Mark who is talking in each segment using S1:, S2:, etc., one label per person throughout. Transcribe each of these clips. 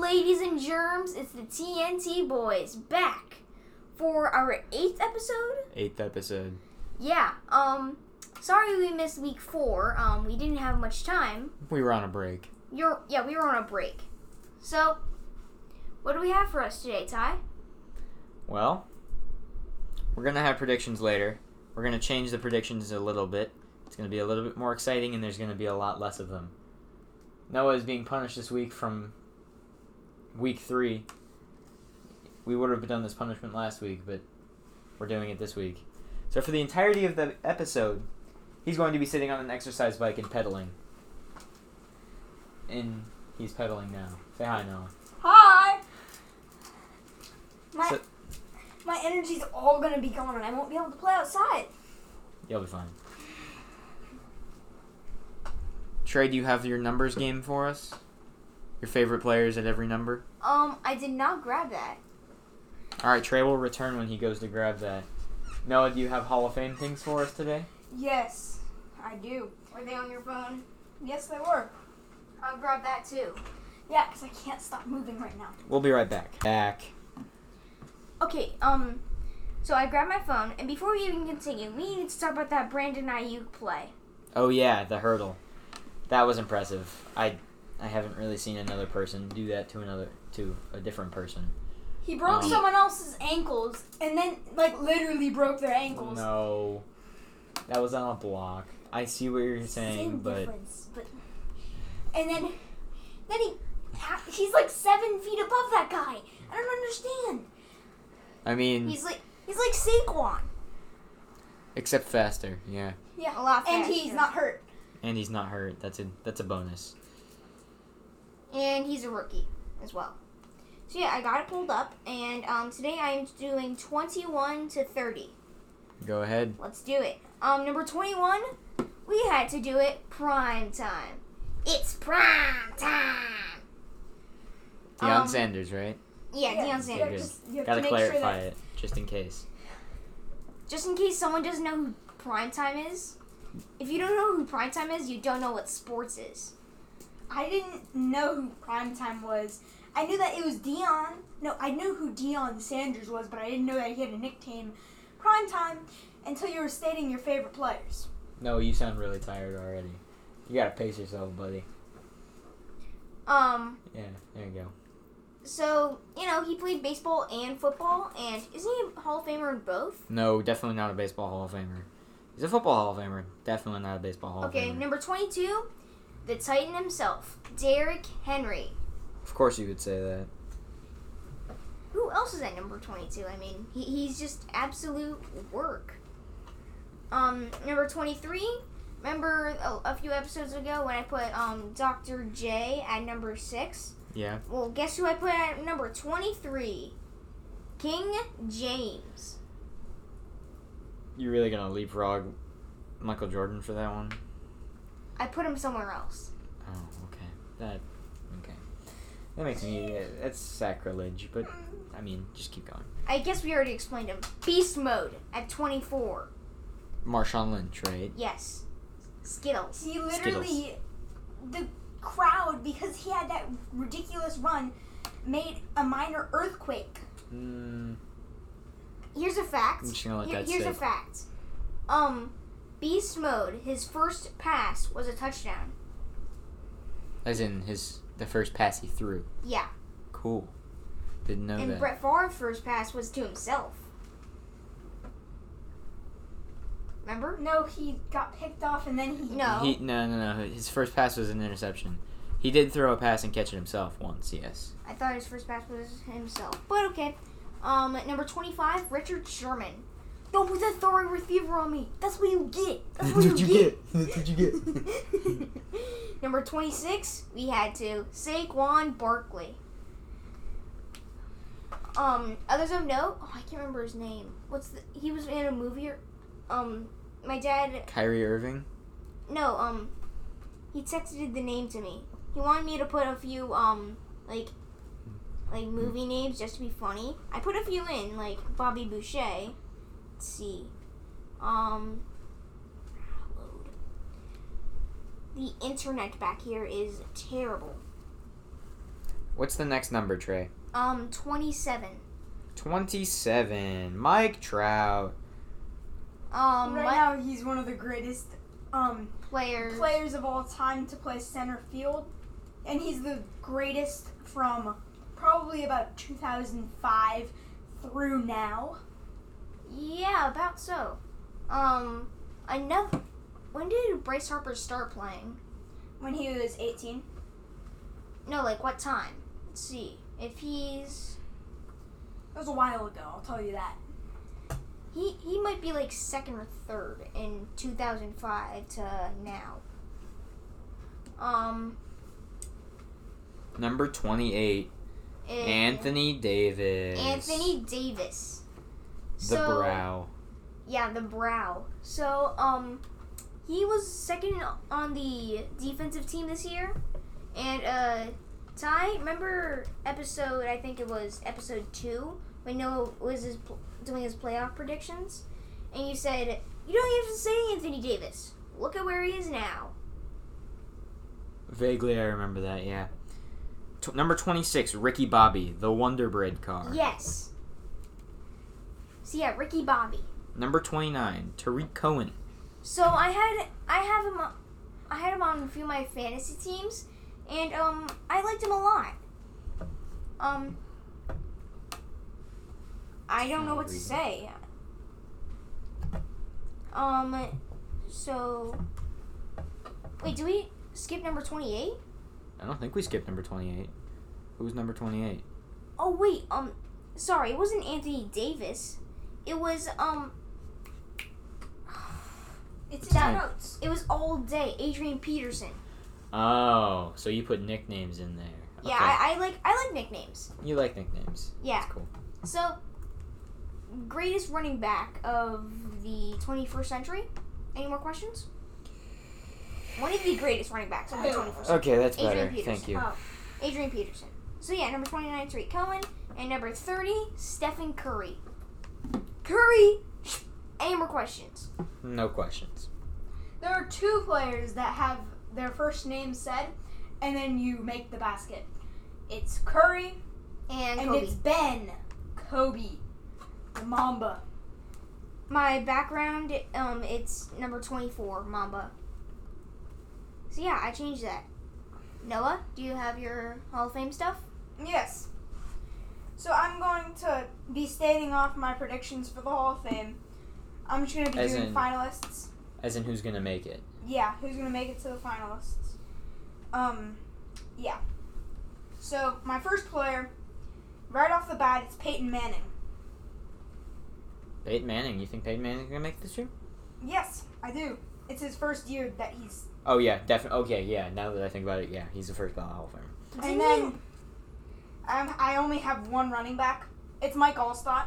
S1: Ladies and germs, it's the TNT boys back for our eighth episode.
S2: Eighth episode.
S1: Yeah. Um. Sorry we missed week four. Um. We didn't have much time.
S2: We were on a break.
S1: You're. Yeah. We were on a break. So, what do we have for us today, Ty?
S2: Well, we're gonna have predictions later. We're gonna change the predictions a little bit. It's gonna be a little bit more exciting, and there's gonna be a lot less of them. Noah is being punished this week from week three. We would have done this punishment last week, but we're doing it this week. So for the entirety of the episode, he's going to be sitting on an exercise bike and pedaling. And he's pedaling now. Say hi, Noah.
S3: Hi. My
S2: So-
S3: my energy's all gonna be gone, and I won't be able to play outside.
S2: You'll be fine. Trey, do you have your numbers game for us? Your favorite players at every number?
S1: Um. I did not grab that.
S2: All right, Trey will return when he goes to grab that. Noah, do you have Hall of Fame things for us today?
S3: Yes, I do.
S1: Were they on your phone?
S3: Yes, they were.
S1: I'll grab that too.
S3: Yeah, 'cause I can't stop moving right now.
S2: We'll be right back. Back.
S1: Okay. Um. So I grabbed my phone, and before we even continue, we need to talk about that Brandon Ayuk play.
S2: Oh yeah, the hurdle. That was impressive. I I haven't really seen another person do that to another to a different person.
S3: He broke
S2: Um.
S3: someone else's ankles, and then like literally broke their ankles.
S2: No. That was on a block. I see what you're saying,
S3: Same
S2: but
S3: difference, but and then then he he's like seven feet above that guy. I don't understand.
S2: I mean,
S1: He's like
S3: He's like Saquon,
S2: except faster. Yeah.
S1: a lot faster.
S3: and he's not hurt.
S2: And he's not hurt. That's a that's a bonus.
S1: and he's a rookie as well. So yeah, I got it pulled up, and um, today I am doing 21 to 30.
S2: Go ahead.
S1: Let's do it. Um, number 21, we had to do it prime time. It's prime time.
S2: Deion
S1: Um,
S2: Sanders, right?
S1: Yeah, Deion
S2: yeah,
S1: Sanders.
S2: good.
S3: just- you have
S2: Gotta
S3: to make sure
S2: clarify
S3: that-
S2: it, just in case.
S1: Just in case someone doesn't know who prime time is, if you don't know who prime time is, you don't know what sports is.
S3: I didn't know who Primetime was. I knew that it was Dion. No, I knew who Dion Sanders was, but I didn't know that he had a nickname, Primetime, until you were stating your favorite players.
S2: No, you sound really tired already. You gotta pace yourself, buddy.
S1: Um,
S2: Yeah, there you go.
S1: so you know he played baseball and football, and isn't he a Hall of Famer in both?
S2: No, definitely not a baseball Hall of Famer. He's a football Hall of Famer. Definitely not a baseball Hall
S1: Okay,
S2: of Famer.
S1: number 22, the Titan himself, Derrick Henry.
S2: Of course you would say that.
S1: Who else is at number 22? I mean, he, he's just absolute work. Um, number 23, remember a, a few episodes ago when I put um, Dr. J at number 6?
S2: Yeah.
S1: Well, guess who I put at number 23? King James.
S2: You're really gonna leapfrog Michael Jordan for that one?
S1: I put him somewhere else.
S2: Oh, okay. That, okay. That makes me, that's sacrilege, but, I mean, just keep going.
S1: I guess we already explained him. Beast Mode at 24.
S2: Marshawn Lynch, right?
S1: Yes. Skittles.
S3: He literally, the crowd, because he had that ridiculous run, made a minor earthquake.
S2: Mm,
S1: Here's a fact.
S2: I'm just gonna let
S1: Here-
S2: that
S1: here's a
S2: sit.
S1: fact. Um, Beast Mode, his first pass was a touchdown.
S2: as in his, the first pass he threw.
S1: Yeah.
S2: Cool. Didn't know
S1: And
S2: that.
S1: Brett Favre's first pass was to himself. Remember?
S3: No, he got picked off, and then he.
S1: No.
S2: He, no, no, no. His first pass was an interception. He did throw a pass and catch it himself once, yes.
S1: I thought his first pass was himself. But okay. Um, at number 25, Richard Sherman. Don't put that Thor receiver on me. That's what you get. That's what you, get.
S2: That's what you
S1: number 26, we had to Saquon Barkley. Um, others of note, oh, I can't remember his name. What's the, he was in a movie or, um, my dad,
S2: Kyrie Irving?
S1: no, um, he texted the name to me. He wanted me to put a few, um, like, like movie names just to be funny. I put a few in, like Bobby Boucher. Let's see. Um, load. The internet back here is terrible.
S2: What's the next number, Trey?
S1: Um, 27.
S2: 27. Mike Trout.
S1: Um,
S3: right
S1: what
S3: now, he's one of the greatest um,
S1: players?
S3: players of all time to play center field, and he's the greatest from probably about 2005 through now.
S1: Yeah, about so. Um, another. When did Bryce Harper start playing?
S3: When he was 18,
S1: No, like what time? Let's see. If he's
S3: that was a while ago. I'll tell you that.
S1: he he might be like second or third in 2005 to now. Um,
S2: Number 28.
S1: it-
S2: Anthony Davis.
S1: Anthony Davis.
S2: The brow.
S1: Yeah, the brow. So, um, he was second on the defensive team this year. And, uh, Ty, remember episode, I think it was episode two, when Noah was his, pl- doing his playoff predictions? And you said, you don't have to say Anthony Davis. Look at where he is now.
S2: Vaguely, I remember that, yeah. Tw number 26. Ricky Bobby. The Wonder Bread car.
S1: Yes. So, yeah, Ricky Bobby.
S2: Number 29. Tariq Cohen.
S1: So I had I have him on- I had him on a few of my fantasy teams, and um I liked him a lot. Um, I don't know what to say. Um, so wait, do we skip number twenty eight?
S2: I don't think we skipped number 28. Who's number 28?
S1: Oh wait, um, sorry, it wasn't Anthony Davis. It was um,
S3: It's in
S1: That-
S3: the notes.
S1: it was all day Adrian Peterson.
S2: Oh, so you put nicknames in there.
S1: Yeah,
S2: Okay.
S1: I, I like I like nicknames.
S2: you like nicknames.
S1: Yeah.
S2: That's cool.
S1: So, greatest running back of the 21st century? Any more questions? One of the greatest running backs of the 21st century,
S2: Okay, that's
S1: Adrian
S2: better.
S1: Peterson.
S2: Thank you.
S3: Oh.
S1: Adrian Peterson. So, yeah, number 29, Tariq Cohen. And number 30, Stephen Curry. Curry! Any more questions?
S2: No questions.
S3: There are two players that have their first name said, and then you make the basket. It's Curry
S1: And,
S3: and
S1: Kobe.
S3: it's Ben Kobe, the Mamba.
S1: My background, um, it's number 24, Mamba. So, yeah, I changed that. Noah, do you have your Hall of Fame stuff?
S3: Yes. So I'm going to be stating off my predictions for the Hall of Fame. I'm just going to be
S2: As
S3: doing
S2: in-
S3: finalists.
S2: As in, who's gonna make it?
S3: Yeah, who's going to make it to the finalists? Um, yeah. So my first player, right off the bat, it's Peyton Manning.
S2: Peyton Manning. You think Peyton Manning's gonna make it this year?
S3: Yes, I do. It's his first year that he's.
S2: Oh yeah, definitely. Okay, yeah. Now that I think about it, yeah, he's the first ballot Hall of Famer.
S1: Didn't
S3: and then, um, I only have one running back. It's Mike Allstott.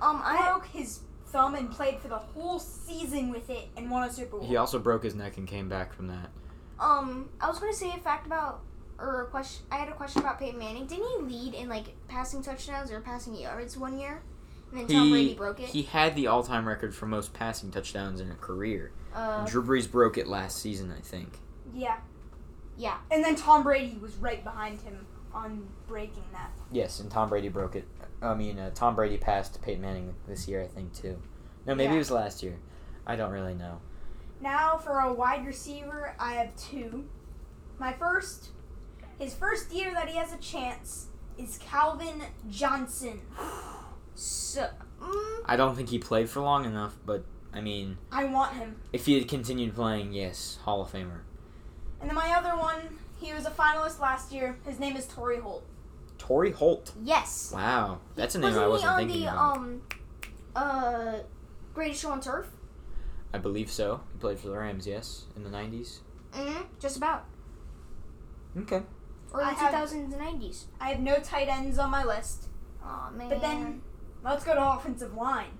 S1: Um, I
S3: Broke his thumb and played for the whole season with it and won a Super Bowl.
S2: He also broke his neck and came back from that.
S1: Um, I was gonna say a fact about or a question. I had a question about Peyton Manning. Didn't he lead in like passing touchdowns or passing yards one year? And then Tom Brady broke it.
S2: he had the all-time record for most passing touchdowns in a career.
S1: uh,
S2: Drew Brees broke it last season, I think.
S3: Yeah.
S1: Yeah.
S3: And then Tom Brady was right behind him on breaking that.
S2: Yes, and Tom Brady broke it. I mean, uh, Tom Brady passed Peyton Manning this year, I think too. No, maybe it
S3: Yeah.
S2: was last year. I don't really know.
S3: Now for a wide receiver, I have two. My first, his first year that he has a chance is Calvin Johnson.
S1: so mm,
S2: I don't think he played for long enough, but I mean,
S3: I want him.
S2: if he had continued playing, yes, Hall of Famer.
S3: And then my other one, he was a finalist last year. His name is Torrey Holt.
S2: Tory Holt.
S1: yes.
S2: Wow, that's a name
S1: Wasn't
S2: I wasn't
S1: he on
S2: thinking
S1: the
S2: about.
S1: um uh greatest show on turf?
S2: I believe so. He played for the Rams, yes, in the nineties.
S1: Mm, just about.
S2: Okay.
S1: Or
S3: I
S1: the
S3: have-
S1: 2090s.
S3: I have no tight ends on my list.
S1: Oh man.
S3: But then let's go to offensive line.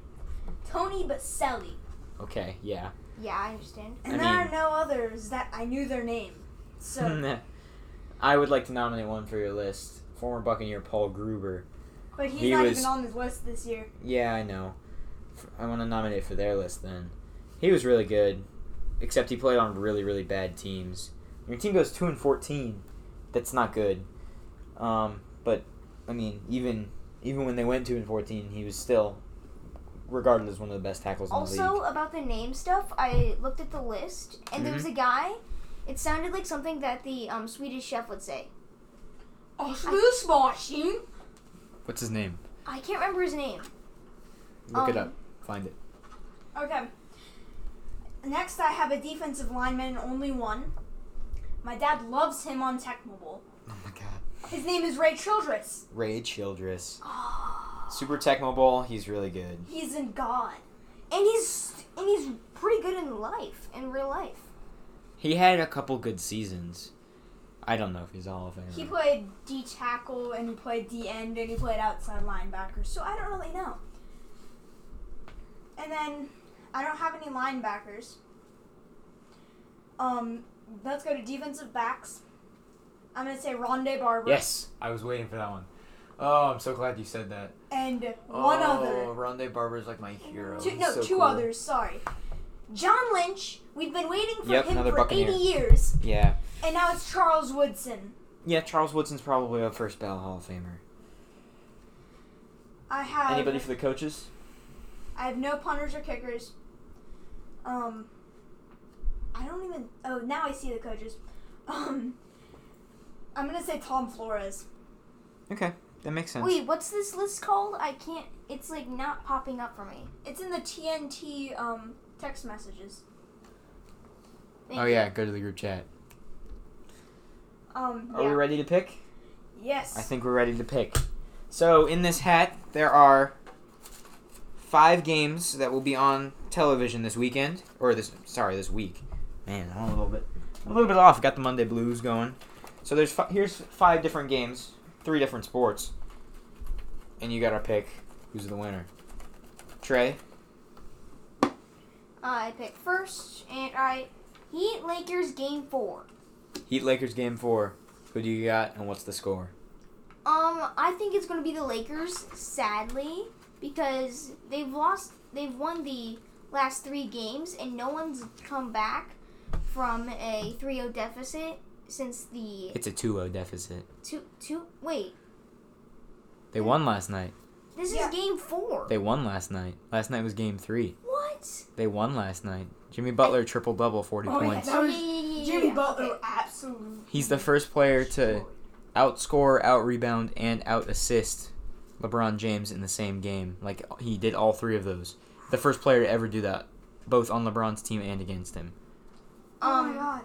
S3: Tony Baselli.
S2: Okay. Yeah.
S1: yeah, I understand.
S3: And
S2: I
S3: there
S2: mean-
S3: are no others that I knew their name. So
S2: I would like to nominate one for your list. Former Buccaneer Paul Gruber.
S3: but he's
S2: He
S3: not
S2: was-
S3: even on this list this year.
S2: Yeah, I know. F- I want to nominate for their list then. He was really good, except he played on really really bad teams. Your team goes two and fourteen. That's not good. Um, but I mean, even even when they went two and fourteen, he was still regarded as one of the best tackles in the
S1: Also
S2: league.
S1: about the name stuff, I looked at the list and there was a guy. It sounded like something that the um, Swedish chef would say.
S3: Avslutningsmarskin.
S2: What's his name?
S1: I can't remember his name.
S2: Look it
S1: Um,
S2: up. Find it.
S3: Okay. Next, I have a defensive lineman, only one. My dad loves him on Techmobile.
S2: Oh my god.
S3: His name is Ray Childress.
S2: Ray Childress. Super Tecmo Bowl. He's really good.
S3: He's in God.
S1: And he's and he's pretty good in life, in real life.
S2: He had a couple good seasons. I don't know if he's all of
S3: He
S2: them.
S3: played D tackle and he played D end and he played outside linebacker, so I don't really know. And then I don't have any linebackers. Um, let's go to defensive backs. I'm gonna say Rondé Barber
S2: Yes, I was waiting for that one. Oh, I'm so glad you said that.
S3: and one other.
S2: Rondé Barber's like my hero.
S3: Two,
S2: He's
S3: no,
S2: Oh, so
S3: two
S2: cool.
S3: others. Sorry, John Lynch. We've been waiting for
S2: Yep,
S3: him
S2: another
S3: for
S2: Buccaneer.
S3: 80 years,
S2: Yeah,
S3: and now it's Charles Woodson.
S2: yeah. Charles Woodson's probably a first ballot Hall of Famer.
S3: I have
S2: Anybody for the coaches?
S3: I have no punters or kickers. Um, I don't even. Oh, now I see the coaches. Um, I'm gonna say Tom Flores.
S2: Okay, that makes sense.
S1: Wait, what's this list called? I can't. It's like not popping up for me.
S3: It's in the TNT um, text messages.
S1: Thank
S2: Oh, go to the group chat.
S3: Um,
S2: Are
S3: yeah.
S2: we ready to pick?
S3: Yes.
S2: Oh, I think we're ready to pick. So in this hat, there are five games that will be on television this weekend, or this sorry, this week. Man, I'm a little bit a little bit off. Got the Monday blues going. So there's fi- here's five different games, three different sports, and you gotta pick who's the winner. Trey,
S1: you. I picked first, and I Heat Lakers game four.
S2: Heat Lakers game four. Who do you got, and what's the score?
S1: Um, I think it's gonna be the Lakers, sadly, because they've lost, they've won the last three games, and no one's come back from a 3-0 deficit since the
S2: It's a 2-0 deficit.
S1: two two. Wait,
S2: They won last night.
S1: this
S3: Yeah.
S1: is game four.
S2: They won last night. Last night was game three.
S1: what?
S2: They won last night. Jimmy Butler triple double, 40
S3: Oh, yeah,
S2: points.
S3: That was
S1: Yeah, yeah, yeah, yeah,
S3: Jimmy
S1: yeah.
S3: Butler,
S1: Okay.
S3: absolutely.
S2: He's the first player to outscore, out rebound, and out assist LeBron James in the same game. Like he did all three of those. The first player to ever do that, both on LeBron's team and against him.
S3: Oh my
S1: Um,
S3: god.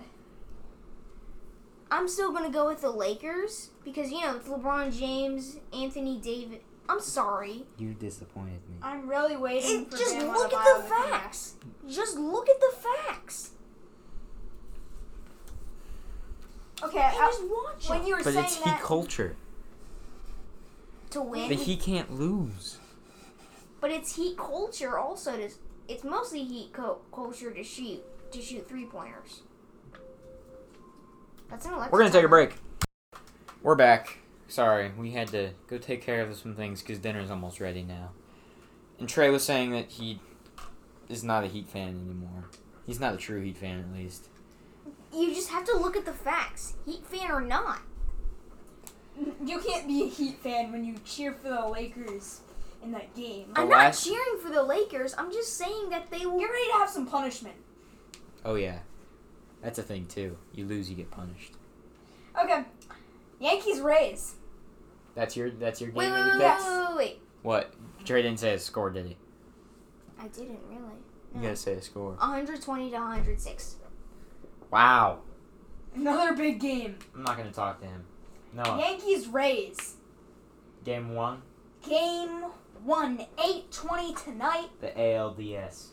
S1: I'm still gonna go with the Lakers because you know it's LeBron James, Anthony Davis. I'm sorry.
S2: You disappointed me.
S3: I'm really waiting.
S1: It-
S3: for
S1: just
S3: Bam
S1: look at
S3: Adebayo
S1: the
S3: to come back.
S1: facts. Just look at the facts.
S3: Okay.
S1: And
S3: I,
S1: just watch
S3: when
S1: it.
S3: you were
S2: But
S3: saying
S2: it's heat
S3: that,
S2: culture.
S1: to win.
S2: The Heat can't lose.
S1: But it's heat culture also. To, it's mostly heat co- culture to shoot to shoot three pointers. That's an Alexa
S2: We're gonna take a
S1: timer.
S2: break. We're back. Sorry, we had to go take care of some things because dinner's almost ready now. And Trey was saying that he is not a Heat fan anymore. He's not a true Heat fan, at least.
S1: You just have to look at the facts, heat fan or not.
S3: you can't be a Heat fan when you cheer for the Lakers in that game.
S2: The
S1: I'm
S2: last-
S1: not cheering for the Lakers. I'm just saying that they will.
S3: You're ready to have some punishment.
S2: Oh yeah, that's a thing too. You lose, you get punished.
S3: Okay. Yankees Rays.
S2: That's your that's your game.
S1: Wait,
S2: that
S1: wait,
S2: you
S1: wait, wait,
S2: picked?
S1: wait, wait, wait.
S2: What? Trey didn't say a score, did he?
S1: I didn't really.
S2: You gotta say a score.
S1: 120 to 106.
S2: Wow.
S3: Another big game.
S2: I'm not gonna talk to him. No.
S3: Yankees Rays.
S2: Game one,
S3: Game one, 820 tonight.
S2: the ALDS.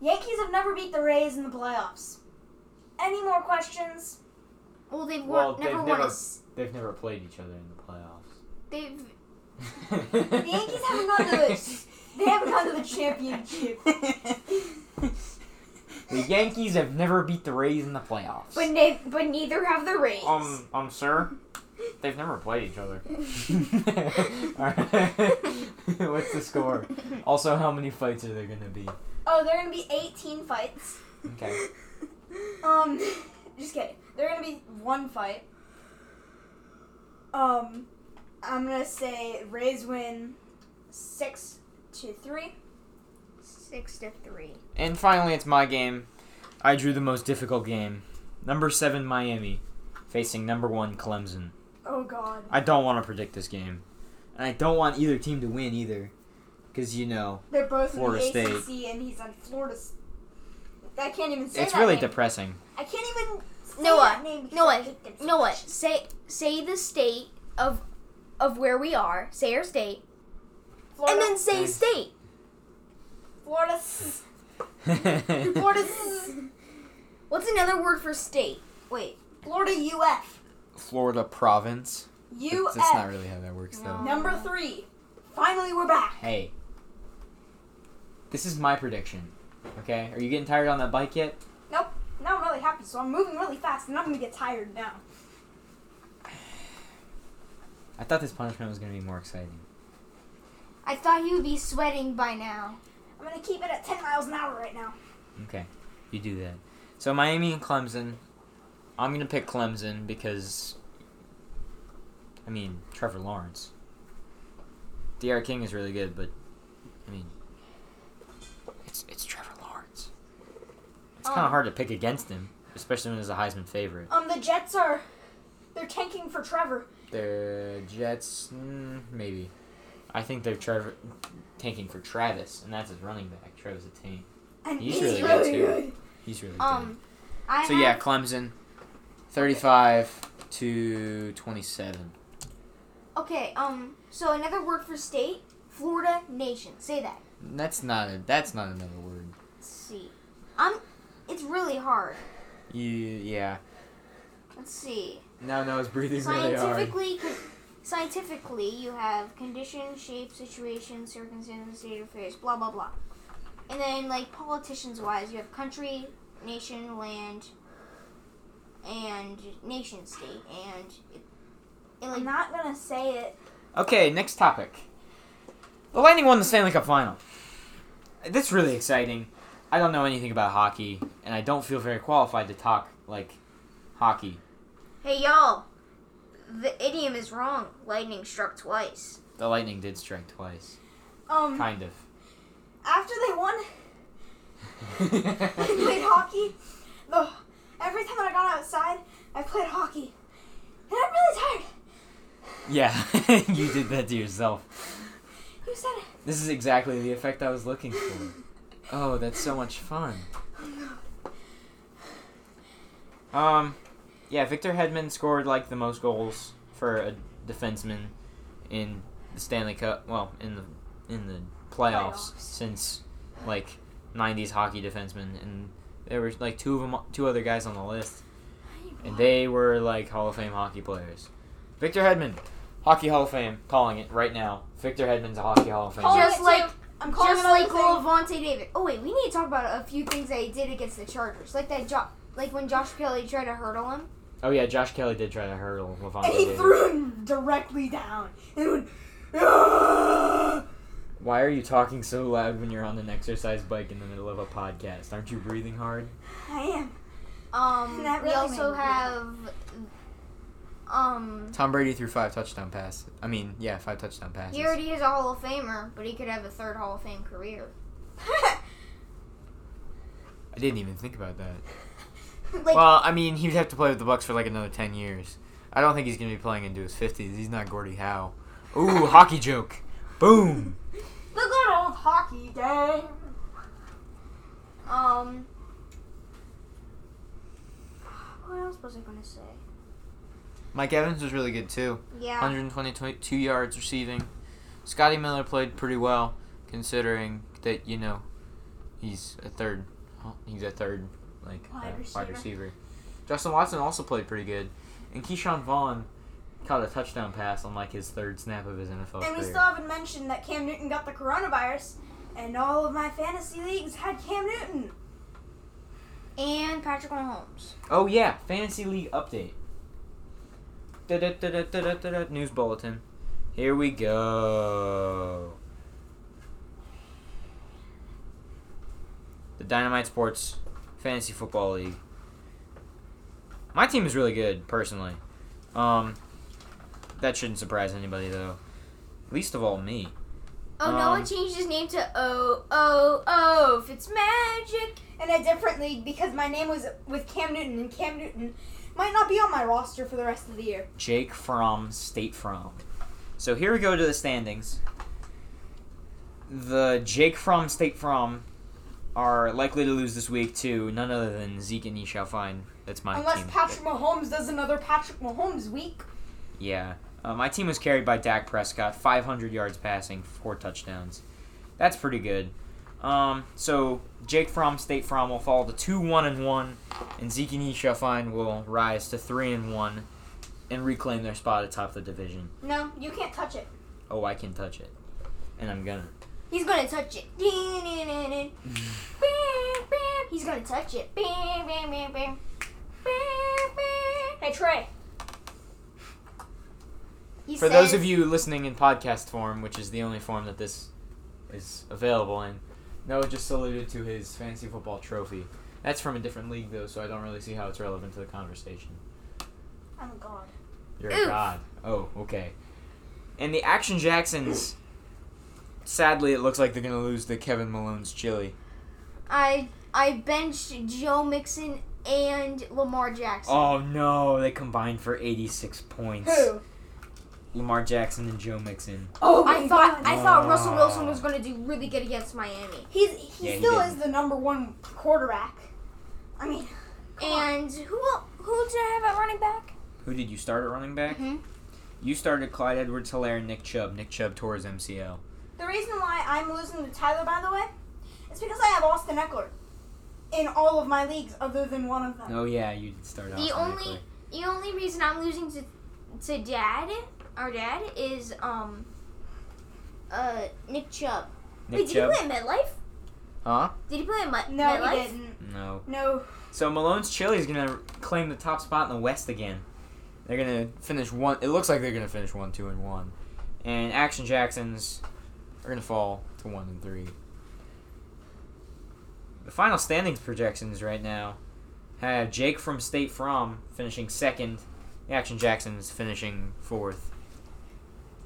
S3: Yankees have never beat the Rays in the playoffs. Any more questions?
S1: Well, they've
S2: Well,
S1: won,
S2: they've
S1: never won.
S2: never-
S1: A, s-
S2: They've never played each other in the
S1: they've
S2: playoffs. the
S3: Yankees haven't gone to the- They haven't gone to the championship.
S2: the Yankees have never beat the Rays in the playoffs.
S1: but they but neither have the Rays.
S2: um, um, sir, they've never played each other. What's the score? Also, how many fights are there gonna be?
S3: Oh, they're gonna be 18 fights.
S2: Okay.
S3: Um, just kidding. They're gonna be one fight. Um, I'm gonna say Rays win six to three.
S1: Six to three.
S2: And finally, it's my game. I drew the most difficult game. Number seven Miami facing number one Clemson.
S3: Oh God.
S2: I don't want to predict this game, and I don't want either team to win either, because you know
S3: They're both
S2: Florida
S3: in the
S2: State.
S3: ACC, and he's on Florida. S- I can't even say
S2: it's
S3: that
S2: really
S3: name.
S2: depressing.
S3: I can't even. Say
S1: Noah,
S3: that name because
S1: Noah,
S3: I hate them so
S1: No, what?
S3: much.
S1: Say say the state of of where we are. Say our state,
S3: Florida,
S1: and then say
S2: Nice.
S1: state.
S3: Florida. S- Florida.
S2: Florida.
S3: S-
S1: What's another word for state? Wait,
S3: Florida UF.
S2: province.
S3: UF.
S2: That's not really how that works though.
S1: No.
S3: Number three. Finally, we're back.
S2: Hey, this is my prediction. Okay, are you getting tired on that bike yet?
S3: Now I'm really happy, so I'm moving really fast, and I'm gonna get tired now.
S2: I thought this punishment was gonna be more exciting.
S1: I thought you would be sweating by now.
S3: I'm gonna keep it at 10 miles an hour right now.
S2: Okay, you do that. So Miami and Clemson. I'm gonna pick Clemson because, I mean, Trevor Lawrence. Dr. King is really good, but I mean, it's it's Trevor Lawrence. It's kind
S3: Um.
S2: of hard to pick against him, especially when he's a Heisman favorite.
S3: Um, the Jets are. They're tanking for Trevor.
S2: The Jets, mm, maybe. I think they're Trevor tanking for Travis, and that's his running back, Travis Etienne.
S3: And
S2: He's
S3: he's
S2: really
S3: really,
S2: good, too.
S3: good.
S2: He's really good.
S1: Um, I
S2: So
S1: have,
S2: yeah, Clemson, thirty-five to twenty-seven.
S1: Okay. Um. So another word for state, Florida nation. Say that.
S2: That's not a, that's not another word.
S1: Let's see. I'm. It's really hard.
S2: You yeah.
S1: Let's see.
S2: No, no, it's breathing
S1: Scientifically, con- scientifically, you have condition, shape, situation, circumstance, state of affairs, blah blah blah. And then, like politicians wise, you have country, nation, land, and nation state, and it, it like
S3: I'm not gonna say it.
S2: Okay, next topic. The Lightning won the Stanley Cup final. That's really exciting. I don't know anything about hockey, and I don't feel very qualified to talk like hockey.
S1: Hey y'all, the idiom is wrong. Lightning struck twice.
S2: The Lightning did strike twice,
S3: Um,
S2: kind of.
S3: after they won, I played hockey. The, every time I got outside, I played hockey. And I'm really tired.
S2: yeah, you did that to yourself.
S3: You said it.
S2: This is exactly the effect I was looking for. Oh, that's so much fun. Um, yeah, Victor Hedman scored like the most goals for a defenseman in the Stanley Cup. Well, in the in the playoffs,
S3: Playoffs.
S2: since like '90s hockey defensemen, and there were like two of them, two other guys on the list, and they were like Hall of Fame hockey players. Victor Hedman, Hockey Hall of Fame, calling it right now. Victor Hedman's a Hockey Hall of Famer.
S3: Calling
S1: Just
S3: it,
S1: like-
S3: too. I'm calling
S1: Just
S3: another
S1: like
S3: thing.
S1: Levante David. Oh wait, we need to talk about a few things that he did against the Chargers, like that. Jo- like when Josh Kelly tried to hurdle him.
S2: Oh yeah, Josh Kelly did try to hurdle Levante
S3: And he
S2: David.
S3: threw him directly down. And it went. "Ah!"
S2: Why are you talking so loud when you're on an exercise bike in the middle of a podcast? Aren't you breathing hard?
S3: I am.
S1: Um,
S3: That
S1: we
S3: really
S1: also
S3: made me
S1: have. Um,
S2: Tom Brady threw five touchdown passes. I mean, yeah, five touchdown passes.
S1: he already is a Hall of Famer, but he could have a third Hall of Fame career.
S2: I didn't even think about that.
S3: like,
S2: Well, I mean, he'd have to play with the Bucks for like another ten years. I don't think he's gonna be playing into his fifties. He's not Gordie Howe. Ooh, hockey joke. Boom.
S3: the good old hockey game.
S1: Um, what else was I gonna say?
S2: Mike Evans was really good too.
S1: Yeah,
S2: 122 yards receiving. Scotty Miller played pretty well, considering that you know he's a third. He's a third like uh,
S3: Wide
S2: wide, receiver.
S3: receiver.
S2: Justin Watson also played pretty good, and Keyshawn Vaughn caught a touchdown pass on like his third snap of his NFL
S3: And we
S2: career.
S3: still haven't mentioned that Cam Newton got the coronavirus, and all of my fantasy leagues had Cam Newton.
S1: and Patrick Mahomes.
S2: oh yeah, fantasy league update. Da-da-da-da-da-da-da, News bulletin. Here we go. The Dynamite Sports Fantasy Football League. My team is really good, personally. Um, that shouldn't surprise anybody though. Least of all me.
S1: Oh, Noah
S2: Um,
S1: changed his name to O O O. If it's magic,
S3: in a different league because my name was with Cam Newton, and Cam Newton might not be on my roster for the rest of the year.
S2: Jake from State From. So here we go to the standings. The Jake from State From are likely to lose this week to none other than Zeke and Yishao Fine. That's my
S3: Unless
S2: team.
S3: Patrick Mahomes does another Patrick Mahomes week.
S2: Yeah. Uh, my team was carried by Dak Prescott, 500 yards passing, four touchdowns. That's pretty good. Um, so Jake Fromm, State Fromm will fall to two one and one, and Zeke and Fine will rise to three and one, and reclaim their spot atop the division.
S3: No, you can't touch it.
S2: Oh, I can touch it, and I'm gonna.
S1: he's gonna touch it. He's gonna touch it.
S3: Hey Trey.
S1: He
S2: For those
S1: says-
S2: of you listening in podcast form, which is the only form that this is available in, Noah just saluted to his fantasy football trophy. That's from a different league, though, so I don't really see how it's relevant to the conversation.
S3: I'm a Oh, god.
S2: You're
S1: Oof.
S2: a god. Oh, okay. And the Action Jacksons, sadly, it looks like they're going to lose to Kevin Malone's chili.
S1: I I benched Joe Mixon and Lamar Jackson.
S2: Oh, no. They combined for 86 points.
S3: Who?
S2: Lamar Jackson and Joe Mixon.
S3: Oh
S1: I thought I thought
S2: Ah.
S1: Russell Wilson was gonna do really good against Miami.
S3: he's he
S2: Yeah, he
S3: still
S2: did.
S3: is the number one quarterback. I mean, Come on.
S1: And who el- who did I have at running back?
S2: Who did you start at running back?
S1: Mhm.
S2: You started Clyde Edwards Hilaire and Nick Chubb. Nick Chubb tore his MCL.
S1: Oh.
S3: the reason why I'm losing to Tyler, by the way, is because I have Austin Eckler in all of my leagues other than one of them.
S2: Oh, yeah, you did start Austin
S1: The only
S2: Eckler.
S1: the only reason I'm losing to to dad, our dad, is um uh Nick Chubb.
S2: Nick
S1: Wait, did
S2: Chubb.
S1: he play at MetLife?
S2: Huh?
S1: Did he play at Mi-
S3: No,
S1: MetLife?
S3: he didn't.
S2: No.
S3: No,
S2: So Malone's Chili is gonna claim the top spot in the West again. They're gonna finish one. It looks like they're gonna finish one, two, and one. And Action Jacksons are gonna fall to one and three. The final standings projections right now have Jake from State From finishing second, the Action Jacksons finishing fourth,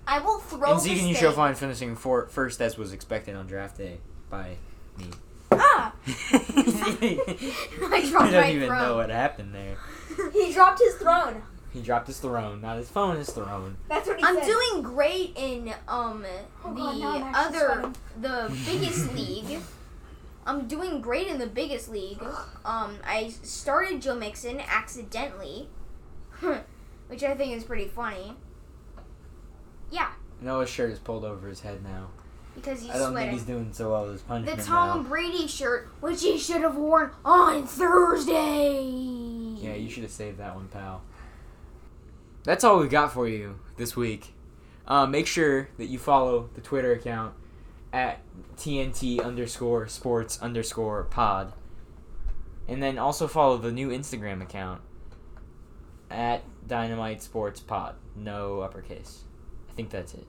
S1: I will throw
S2: and
S1: the
S2: Zeke and
S1: steak.
S2: Fine finishing four, first as was expected on draft day by me.
S1: Ah,
S2: I
S1: I dropped
S2: don't
S1: my
S2: even
S1: throne.
S2: know what happened there.
S3: he dropped his throne.
S2: He dropped his throne, not his phone, his throne.
S3: That's what he
S1: I'm
S3: said.
S1: doing great in um
S3: Oh
S1: the
S3: God, now I'm actually
S1: other the biggest league. I'm doing great in the biggest league. Um, I started Joe Mixon accidentally, which I think is pretty funny
S2: Noah's shirt is pulled over his head now.
S1: because he's
S2: I don't
S1: sweating.
S2: think he's doing so well with his
S1: the
S2: punishment
S1: Tom
S2: now.
S1: Brady shirt, which he should have worn on Thursday.
S2: Yeah, you should have saved that one, pal. That's all we've got for you this week. Uh, make sure that you follow the Twitter account at TNT underscore sports underscore pod. And then also follow the new Instagram account at Dynamite Sports Pod. No uppercase. I think that's it.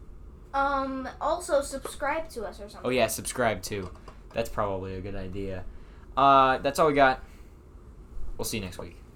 S1: Um. Also, subscribe to us or something.
S2: Oh yeah, subscribe too. That's probably a good idea. Uh, that's all we got. We'll see you next week.